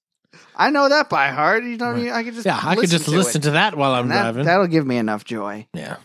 [SPEAKER 1] I know that by heart. You know,
[SPEAKER 2] Right.
[SPEAKER 1] I could just
[SPEAKER 2] Yeah, I could just
[SPEAKER 1] to it.
[SPEAKER 2] listen to that while I'm
[SPEAKER 1] And that,
[SPEAKER 2] driving.
[SPEAKER 1] That'll give me enough joy.
[SPEAKER 2] yeah,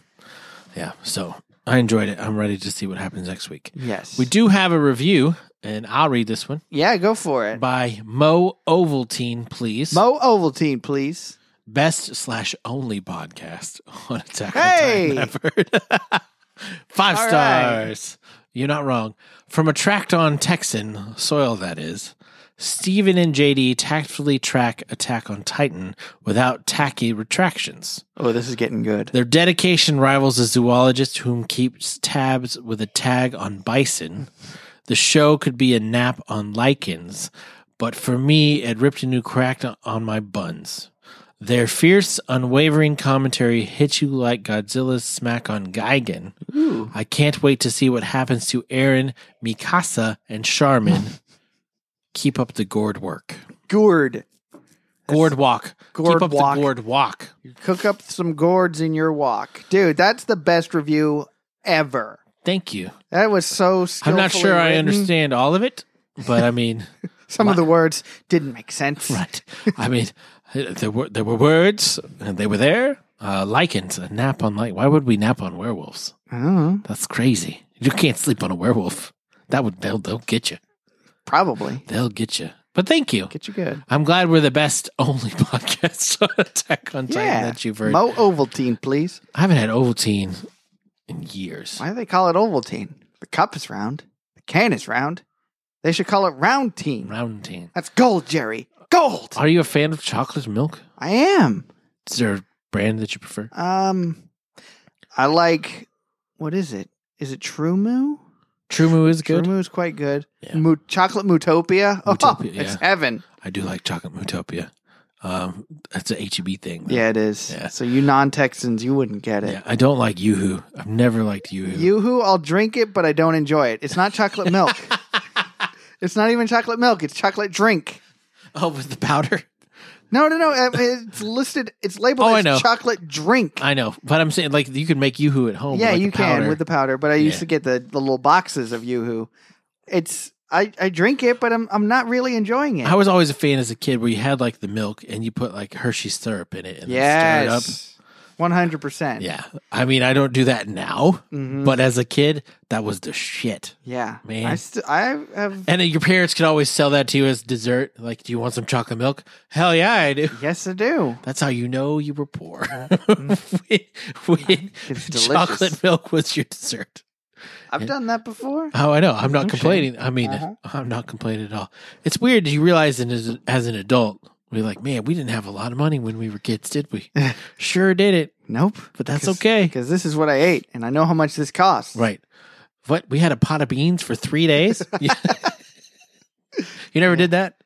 [SPEAKER 2] yeah. So I enjoyed it. I'm ready to see what happens next week.
[SPEAKER 1] Yes.
[SPEAKER 2] We do have a review, and I'll read this one
[SPEAKER 1] Yeah, go for it.
[SPEAKER 2] by Mo Ovaltine, please.
[SPEAKER 1] Mo Ovaltine, please.
[SPEAKER 2] Best slash only podcast on Attack
[SPEAKER 1] Hey!
[SPEAKER 2] on Titan ever. Five
[SPEAKER 1] All right.
[SPEAKER 2] stars. You're not wrong. From a tracked on Texan soil, that is. Steven and JD tactfully track Attack on Titan without tacky retractions.
[SPEAKER 1] Oh, this is getting good.
[SPEAKER 2] Their dedication rivals a zoologist whom keeps tabs with a tag on bison. The show could be a nap on lichens, but for me, it ripped a new crack on- on my buns. Their fierce, unwavering commentary hits you like Godzilla's smack on Gigan.
[SPEAKER 1] Ooh.
[SPEAKER 2] I can't wait to see what happens to Aaron, Mikasa, and Charmin. Keep up the gourd work.
[SPEAKER 1] Gourd.
[SPEAKER 2] Gourd walk.
[SPEAKER 1] Gourd
[SPEAKER 2] Keep up
[SPEAKER 1] walk.
[SPEAKER 2] the gourd walk.
[SPEAKER 1] Cook up some gourds in your walk. Dude, that's the best review ever.
[SPEAKER 2] Thank you.
[SPEAKER 1] That was so
[SPEAKER 2] I'm
[SPEAKER 1] skillfully
[SPEAKER 2] not sure I
[SPEAKER 1] written.
[SPEAKER 2] understand all of it, but I mean,
[SPEAKER 1] Some of the words didn't make sense.
[SPEAKER 2] right. I mean, there were there were words, and they were there. Uh, lichens, a nap on light. Why would we nap on werewolves?
[SPEAKER 1] I don't know.
[SPEAKER 2] That's crazy. You can't sleep on a werewolf. That would they'll they'll get you.
[SPEAKER 1] Probably.
[SPEAKER 2] They'll get you. But thank you.
[SPEAKER 1] Get you good.
[SPEAKER 2] I'm glad we're the best only podcast on Attack on Titan
[SPEAKER 1] Yeah.
[SPEAKER 2] that you've heard.
[SPEAKER 1] Mo Ovaltine, please.
[SPEAKER 2] I haven't had Ovaltine in years.
[SPEAKER 1] Why do they call it Ovaltine? The cup is round. The can is round. They should call it Round Team.
[SPEAKER 2] Roundtine.
[SPEAKER 1] That's gold, Jerry. Gold.
[SPEAKER 2] Are you a fan of chocolate milk?
[SPEAKER 1] I am.
[SPEAKER 2] Is there a brand that you prefer?
[SPEAKER 1] Um, I like what is it? Is it True Moo?
[SPEAKER 2] True Moo is good.
[SPEAKER 1] True Moo is quite good.
[SPEAKER 2] Yeah.
[SPEAKER 1] Mu Chocolate Mootopia. Oh,
[SPEAKER 2] Mootopia,
[SPEAKER 1] it's
[SPEAKER 2] yeah.
[SPEAKER 1] heaven.
[SPEAKER 2] I do like Chocolate Mootopia. Um, that's a HEB thing. though.
[SPEAKER 1] Yeah, it is.
[SPEAKER 2] Yeah.
[SPEAKER 1] So you non-Texans, you wouldn't get it.
[SPEAKER 2] Yeah, I don't like Yoo-Hoo. I've never liked Yoo-Hoo.
[SPEAKER 1] Yoo-hoo, I'll drink it, but I don't enjoy it. It's not chocolate milk. it's not even chocolate milk. It's chocolate drink.
[SPEAKER 2] oh, with the powder.
[SPEAKER 1] No, no, no. I mean, It's listed. It's labeled
[SPEAKER 2] Oh, I
[SPEAKER 1] as
[SPEAKER 2] know.
[SPEAKER 1] chocolate drink.
[SPEAKER 2] I know, but I'm saying like you can make Yoo-Hoo at home.
[SPEAKER 1] yeah,
[SPEAKER 2] with, like,
[SPEAKER 1] you
[SPEAKER 2] the powder.
[SPEAKER 1] can with the powder. But I used
[SPEAKER 2] Yeah.
[SPEAKER 1] to get the, the little boxes of Yoo-hoo. It's I, I drink it, but I'm I'm not really enjoying it.
[SPEAKER 2] I was always a fan as a kid where you had like the milk and you put like Hershey syrup in it and then stir it up.
[SPEAKER 1] yes, one hundred percent.
[SPEAKER 2] Yeah, I mean I don't do that now,
[SPEAKER 1] Mhm.
[SPEAKER 2] but as a kid that was the shit.
[SPEAKER 1] yeah.
[SPEAKER 2] Man.
[SPEAKER 1] I st- I have.
[SPEAKER 2] And then your parents could always sell that to you as dessert. Like, do you want some chocolate milk? Hell yeah, I do.
[SPEAKER 1] Yes, I do.
[SPEAKER 2] That's how you know you were poor. when when
[SPEAKER 1] Mm-hmm. It's delicious.
[SPEAKER 2] chocolate milk was your dessert.
[SPEAKER 1] I've done that before.
[SPEAKER 2] Oh, I know. I'm not
[SPEAKER 1] No shame.
[SPEAKER 2] complaining. I mean,
[SPEAKER 1] Uh-huh.
[SPEAKER 2] I'm not complaining at all. It's weird. You realize that as, as an adult, we're like, man, we didn't have a lot of money when we were kids, did we? sure did it,
[SPEAKER 1] Nope.
[SPEAKER 2] but that's okay.
[SPEAKER 1] because this is what I ate, and I know how much this costs.
[SPEAKER 2] Right. What? We had a pot of beans for three days? you never did that?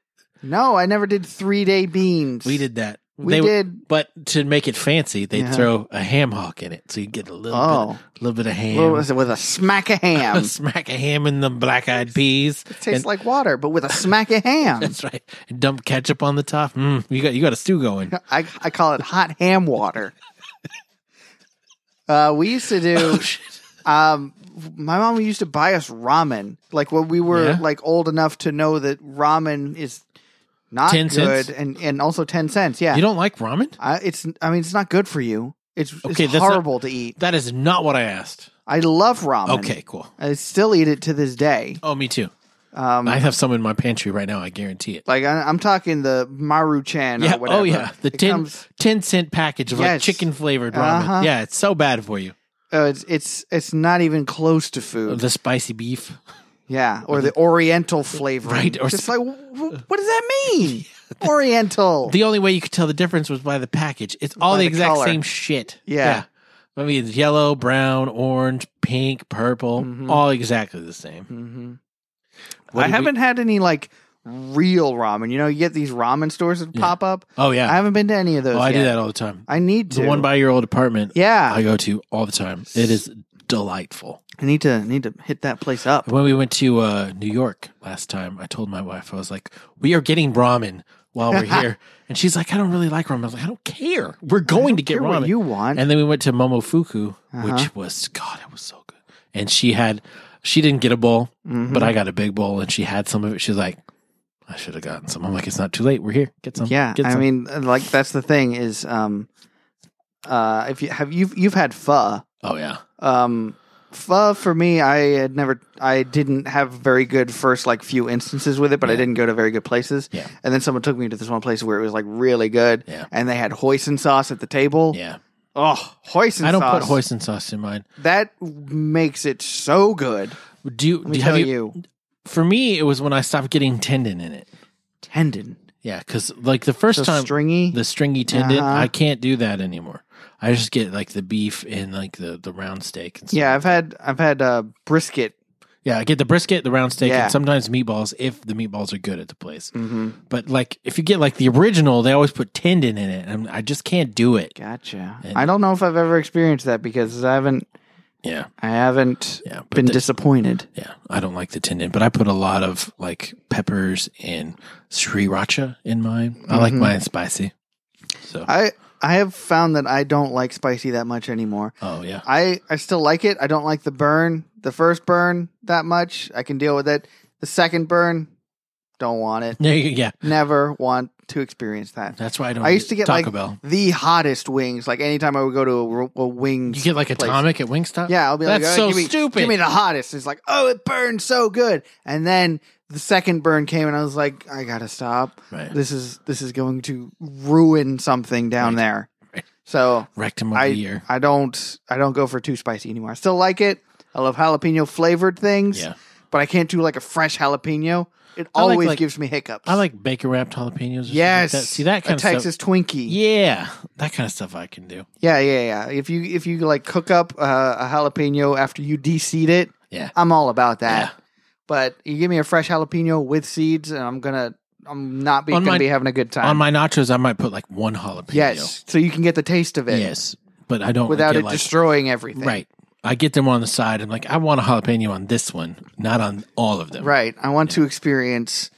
[SPEAKER 1] No, I never did three day beans.
[SPEAKER 2] We did that.
[SPEAKER 1] We
[SPEAKER 2] They-
[SPEAKER 1] did.
[SPEAKER 2] But to make it fancy, they'd
[SPEAKER 1] Yeah.
[SPEAKER 2] throw a ham hock in it, so you'd get a little
[SPEAKER 1] Oh,
[SPEAKER 2] bit, little bit of ham,
[SPEAKER 1] Well, it was with a smack of ham.
[SPEAKER 2] a smack of ham in the black-eyed peas.
[SPEAKER 1] It tastes like water, but with a smack of ham.
[SPEAKER 2] That's right. And dump ketchup on the top. Mm, you got you got a stew going.
[SPEAKER 1] I, I call it hot ham water. Uh, we used to
[SPEAKER 2] Oh,
[SPEAKER 1] do.
[SPEAKER 2] shit.
[SPEAKER 1] Um, my mom used to buy us ramen, like when we were
[SPEAKER 2] Yeah.
[SPEAKER 1] like old enough to know that ramen is not
[SPEAKER 2] 10
[SPEAKER 1] good,
[SPEAKER 2] cents?
[SPEAKER 1] and and also ten cents. Yeah,
[SPEAKER 2] You don't like ramen?
[SPEAKER 1] I, it's I mean it's not good for you. It's,
[SPEAKER 2] Okay,
[SPEAKER 1] it's
[SPEAKER 2] that's not-
[SPEAKER 1] horrible to eat.
[SPEAKER 2] That is not what I asked.
[SPEAKER 1] I love ramen.
[SPEAKER 2] Okay, cool.
[SPEAKER 1] I still eat it to this day.
[SPEAKER 2] Oh, me too.
[SPEAKER 1] Um,
[SPEAKER 2] I have some in my pantry right now. I guarantee it.
[SPEAKER 1] like I, I'm talking the Maruchan
[SPEAKER 2] Yeah.
[SPEAKER 1] or whatever.
[SPEAKER 2] Oh, yeah. The
[SPEAKER 1] It
[SPEAKER 2] 10,
[SPEAKER 1] comes-
[SPEAKER 2] 10 cent package of like
[SPEAKER 1] Yes.
[SPEAKER 2] chicken flavored ramen.
[SPEAKER 1] Uh-huh.
[SPEAKER 2] Yeah, it's so bad for you.
[SPEAKER 1] uh, it's it's it's not even close to food.
[SPEAKER 2] The spicy beef.
[SPEAKER 1] yeah, or the Oriental flavor.
[SPEAKER 2] Right, or
[SPEAKER 1] just
[SPEAKER 2] s-
[SPEAKER 1] like wh- wh- what does that mean? Oriental.
[SPEAKER 2] The only way you could tell the difference was by the package. It's all
[SPEAKER 1] By
[SPEAKER 2] the
[SPEAKER 1] the
[SPEAKER 2] exact
[SPEAKER 1] color.
[SPEAKER 2] same shit.
[SPEAKER 1] Yeah.
[SPEAKER 2] I mean, it's yellow, brown, orange, pink, purple,
[SPEAKER 1] Mhm.
[SPEAKER 2] all exactly the same.
[SPEAKER 1] Mhm.
[SPEAKER 2] What
[SPEAKER 1] I
[SPEAKER 2] did we-
[SPEAKER 1] haven't had any like real ramen. You know, you get these ramen stores that
[SPEAKER 2] Yeah.
[SPEAKER 1] pop up.
[SPEAKER 2] oh,
[SPEAKER 1] I
[SPEAKER 2] yeah.
[SPEAKER 1] haven't been to any of those.
[SPEAKER 2] oh, I do
[SPEAKER 1] yet.
[SPEAKER 2] that all the time.
[SPEAKER 1] I need to.
[SPEAKER 2] The one by your old apartment
[SPEAKER 1] yeah,
[SPEAKER 2] I go to all the time. It is delightful.
[SPEAKER 1] I need to need to hit that place up.
[SPEAKER 2] When we went to uh, New York last time, I told my wife, I was like, we are getting ramen while we're here. and she's like, I don't really like ramen. I was like, I don't care. We're going to get
[SPEAKER 1] Hear what
[SPEAKER 2] ramen.
[SPEAKER 1] you want.
[SPEAKER 2] And then we went to Momofuku,
[SPEAKER 1] Uh-huh.
[SPEAKER 2] which was God, it was so good. And she had, she didn't get a bowl,
[SPEAKER 1] Mhm.
[SPEAKER 2] but I got a big bowl, and she had some of it. She's like, I should have gotten some. I'm like, it's not too late. We're here. Get some.
[SPEAKER 1] Yeah,
[SPEAKER 2] Get
[SPEAKER 1] I
[SPEAKER 2] some.
[SPEAKER 1] mean, like that's the thing is, um, uh, if you have you've you've had pho,
[SPEAKER 2] oh yeah,
[SPEAKER 1] um, pho for me, I had never, I didn't have very good first like few instances with it, but I
[SPEAKER 2] Yeah.
[SPEAKER 1] didn't go to very good places.
[SPEAKER 2] Yeah.
[SPEAKER 1] and then someone took me to this one place where it was like really good.
[SPEAKER 2] Yeah.
[SPEAKER 1] and they had hoisin sauce at the table.
[SPEAKER 2] yeah.
[SPEAKER 1] Oh, hoisin!
[SPEAKER 2] I don't
[SPEAKER 1] sauce.
[SPEAKER 2] put hoisin sauce in mine.
[SPEAKER 1] That makes it so good.
[SPEAKER 2] Do you?
[SPEAKER 1] Let me
[SPEAKER 2] do-
[SPEAKER 1] tell
[SPEAKER 2] have you,
[SPEAKER 1] you,
[SPEAKER 2] For me, it was when I stopped getting tendon in it.
[SPEAKER 1] tendon,
[SPEAKER 2] Yeah, because like the first
[SPEAKER 1] so
[SPEAKER 2] time
[SPEAKER 1] stringy.
[SPEAKER 2] the stringy tendon,
[SPEAKER 1] Uh-huh.
[SPEAKER 2] I can't do that anymore. I just get like the beef and like the the round steak. And stuff.
[SPEAKER 1] yeah, I've had I've had uh, brisket.
[SPEAKER 2] yeah, I get the brisket, the round steak,
[SPEAKER 1] Yeah.
[SPEAKER 2] and sometimes meatballs if the meatballs are good at the place.
[SPEAKER 1] Mm-hmm.
[SPEAKER 2] But like if you get like the original, they always put tendon in it, and I just can't do it.
[SPEAKER 1] Gotcha.
[SPEAKER 2] And-
[SPEAKER 1] I don't know if I've ever experienced that because I haven't
[SPEAKER 2] Yeah,
[SPEAKER 1] I haven't
[SPEAKER 2] yeah, but
[SPEAKER 1] been
[SPEAKER 2] the-
[SPEAKER 1] disappointed.
[SPEAKER 2] yeah, I don't like the tendon, but I put a lot of like peppers and sriracha in mine. I like
[SPEAKER 1] Mhm.
[SPEAKER 2] mine spicy. So
[SPEAKER 1] I I have found that I don't like spicy that much anymore.
[SPEAKER 2] oh yeah,
[SPEAKER 1] I I still like it. I don't like the burn, the first burn that much. I can deal with it. The second burn, don't want it.
[SPEAKER 2] yeah, yeah.
[SPEAKER 1] Never want to experience that.
[SPEAKER 2] That's why I don't.
[SPEAKER 1] I used to get,
[SPEAKER 2] Taco
[SPEAKER 1] like,
[SPEAKER 2] Bell.
[SPEAKER 1] The hottest wings, like anytime I would go to a, a wings,
[SPEAKER 2] You get like
[SPEAKER 1] place.
[SPEAKER 2] atomic at Wingstop.
[SPEAKER 1] Yeah, I'll be like,
[SPEAKER 2] That's
[SPEAKER 1] "Oh,
[SPEAKER 2] so
[SPEAKER 1] give me,
[SPEAKER 2] stupid."
[SPEAKER 1] Give me the hottest. It's like, oh, it burned so good. And then the second burn came, and I was like, I gotta stop.
[SPEAKER 2] Right.
[SPEAKER 1] This is this is going to ruin something down
[SPEAKER 2] Right.
[SPEAKER 1] there.
[SPEAKER 2] Right.
[SPEAKER 1] So
[SPEAKER 2] Rectum of the
[SPEAKER 1] I
[SPEAKER 2] year.
[SPEAKER 1] I don't I don't go for too spicy anymore. I still like it. I love jalapeno flavored things.
[SPEAKER 2] Yeah.
[SPEAKER 1] but I can't do like a fresh jalapeno. It
[SPEAKER 2] I like-
[SPEAKER 1] always
[SPEAKER 2] like-
[SPEAKER 1] gives me hiccups.
[SPEAKER 2] I like bacon wrapped jalapenos.
[SPEAKER 1] yes,
[SPEAKER 2] Or something like that. see that kind
[SPEAKER 1] a
[SPEAKER 2] of
[SPEAKER 1] Texas
[SPEAKER 2] stuff.
[SPEAKER 1] Twinkie.
[SPEAKER 2] Yeah, that kind of stuff I can do.
[SPEAKER 1] Yeah, yeah, yeah. If you if you like cook up uh, a jalapeno after you de-seed it,
[SPEAKER 2] Yeah.
[SPEAKER 1] I'm all about that.
[SPEAKER 2] Yeah.
[SPEAKER 1] But you give me a fresh jalapeno with seeds, and I'm gonna I'm not be,
[SPEAKER 2] On
[SPEAKER 1] gonna
[SPEAKER 2] my-
[SPEAKER 1] be having a good time.
[SPEAKER 2] On my nachos, I might put like one jalapeno.
[SPEAKER 1] yes, so you can get the taste of it
[SPEAKER 2] Yes, but I don't
[SPEAKER 1] without
[SPEAKER 2] get,
[SPEAKER 1] it
[SPEAKER 2] like,
[SPEAKER 1] destroying everything.
[SPEAKER 2] Right. I get them on the side. I'm like, I want a jalapeno on this one, not on all of them.
[SPEAKER 1] right. I want to experience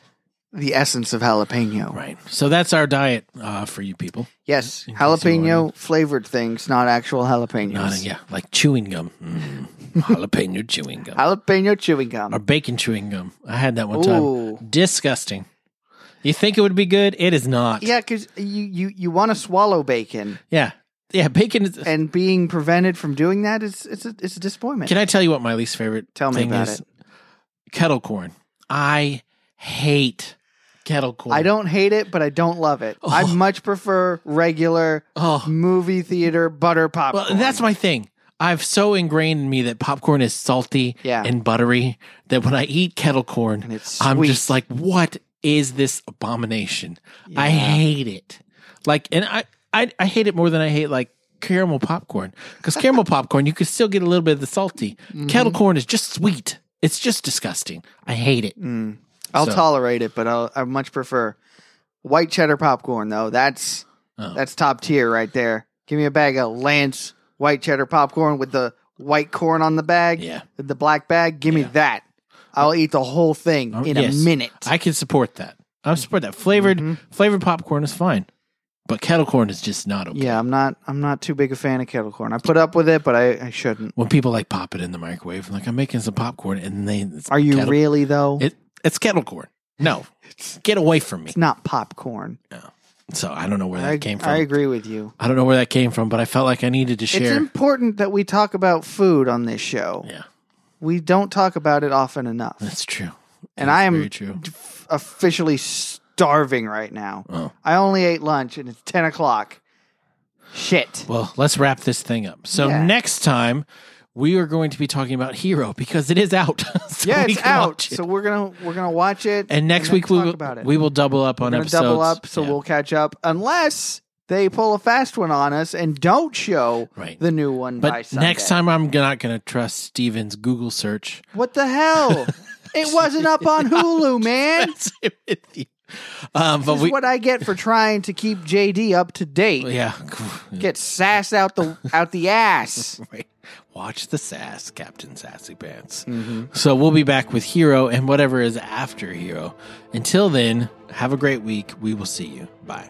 [SPEAKER 1] the essence of jalapeno.
[SPEAKER 2] Right. So that's our diet uh, for you people.
[SPEAKER 1] Yes,
[SPEAKER 2] case you
[SPEAKER 1] jalapeno flavored things, not actual jalapenos.
[SPEAKER 2] Not- yeah, like chewing gum, Mm. jalapeno chewing gum,
[SPEAKER 1] Jalapeno chewing gum.
[SPEAKER 2] or bacon chewing gum. I had that one
[SPEAKER 1] Ooh.
[SPEAKER 2] time. Disgusting. You think it would be good? It is not.
[SPEAKER 1] Yeah, because you you you want to swallow bacon,
[SPEAKER 2] Yeah. Yeah. Bacon is.
[SPEAKER 1] and being prevented from doing that is it's a, it's a disappointment.
[SPEAKER 2] Can I tell you what my least favorite
[SPEAKER 1] Tell me
[SPEAKER 2] thing
[SPEAKER 1] about
[SPEAKER 2] is?
[SPEAKER 1] it.
[SPEAKER 2] Kettle corn. I hate kettle corn.
[SPEAKER 1] I don't hate it, but I don't love it. I much prefer regular
[SPEAKER 2] Oh.
[SPEAKER 1] movie theater butter popcorn.
[SPEAKER 2] Well, that's my thing. I've so ingrained in me that popcorn is salty
[SPEAKER 1] Yeah.
[SPEAKER 2] and buttery that when I eat kettle corn,
[SPEAKER 1] And it's
[SPEAKER 2] I'm
[SPEAKER 1] sweet.
[SPEAKER 2] just like, what is this abomination? I hate it. Like, and I, I, I hate it more than I hate like caramel popcorn because caramel popcorn, you could still get a little bit of the salty.
[SPEAKER 1] Mm-hmm.
[SPEAKER 2] Kettle corn is just sweet. It's just disgusting. I hate it.
[SPEAKER 1] Mm. I'll
[SPEAKER 2] so-
[SPEAKER 1] tolerate it, but I'll, I much prefer white cheddar popcorn. Though that's
[SPEAKER 2] Oh.
[SPEAKER 1] that's top tier right there. Give me a bag of Lance white cheddar popcorn with the white corn on the bag,
[SPEAKER 2] Yeah.
[SPEAKER 1] the black bag. Give me that. I'll eat the whole thing in
[SPEAKER 2] Oh, yes.
[SPEAKER 1] a minute.
[SPEAKER 2] I can support that. I support that. Flavored,
[SPEAKER 1] Mm-hmm.
[SPEAKER 2] flavored popcorn is fine, but kettle corn is just not okay.
[SPEAKER 1] yeah, I'm not. I'm not too big a fan of kettle corn. I put up with it, but I, I shouldn't.
[SPEAKER 2] when people like pop it in the microwave, like I'm making some popcorn, and they it's
[SPEAKER 1] Are you
[SPEAKER 2] kettle,
[SPEAKER 1] really though?
[SPEAKER 2] It, it's kettle corn. No, get away from me.
[SPEAKER 1] it's not popcorn.
[SPEAKER 2] So I don't know where that
[SPEAKER 1] I,
[SPEAKER 2] came from.
[SPEAKER 1] I
[SPEAKER 2] I,
[SPEAKER 1] agree with you.
[SPEAKER 2] don't know where that came from, but I felt like I needed to
[SPEAKER 1] It's
[SPEAKER 2] share.
[SPEAKER 1] important that we talk about food on this show.
[SPEAKER 2] yeah,
[SPEAKER 1] We don't talk about it often enough.
[SPEAKER 2] that's true.
[SPEAKER 1] and
[SPEAKER 2] That's
[SPEAKER 1] I am
[SPEAKER 2] very true.
[SPEAKER 1] f- officially starving right now.
[SPEAKER 2] Oh.
[SPEAKER 1] I only ate lunch and it's 10 o'clock. Shit.
[SPEAKER 2] Well, let's wrap this thing up. So
[SPEAKER 1] Yeah.
[SPEAKER 2] next time we are going to be talking about Hero because it is out. so
[SPEAKER 1] yeah,
[SPEAKER 2] we
[SPEAKER 1] it's
[SPEAKER 2] can
[SPEAKER 1] out.
[SPEAKER 2] watch it.
[SPEAKER 1] So we're going to we're going to watch it.
[SPEAKER 2] and next
[SPEAKER 1] then
[SPEAKER 2] week we
[SPEAKER 1] talk
[SPEAKER 2] will,
[SPEAKER 1] about it.
[SPEAKER 2] we will double up
[SPEAKER 1] we're
[SPEAKER 2] on
[SPEAKER 1] gonna
[SPEAKER 2] episodes.
[SPEAKER 1] double up so
[SPEAKER 2] Yeah.
[SPEAKER 1] we'll catch up unless they pull a fast one on us and don't show
[SPEAKER 2] Right.
[SPEAKER 1] the new one by
[SPEAKER 2] But
[SPEAKER 1] Sunday.
[SPEAKER 2] next time I'm not going to trust Steven's Google search.
[SPEAKER 1] What the hell? it wasn't up on Hulu, man.
[SPEAKER 2] with you. Um, but
[SPEAKER 1] This
[SPEAKER 2] we,
[SPEAKER 1] is what I get for trying to keep JD up to date.
[SPEAKER 2] yeah,
[SPEAKER 1] Get sass out the out the ass.
[SPEAKER 2] Right. Watch the sass, Captain Sassy Pants.
[SPEAKER 1] Mm-hmm.
[SPEAKER 2] So we'll be back with Hero and whatever is after Hero. Until then, have a great week. We will see you. Bye.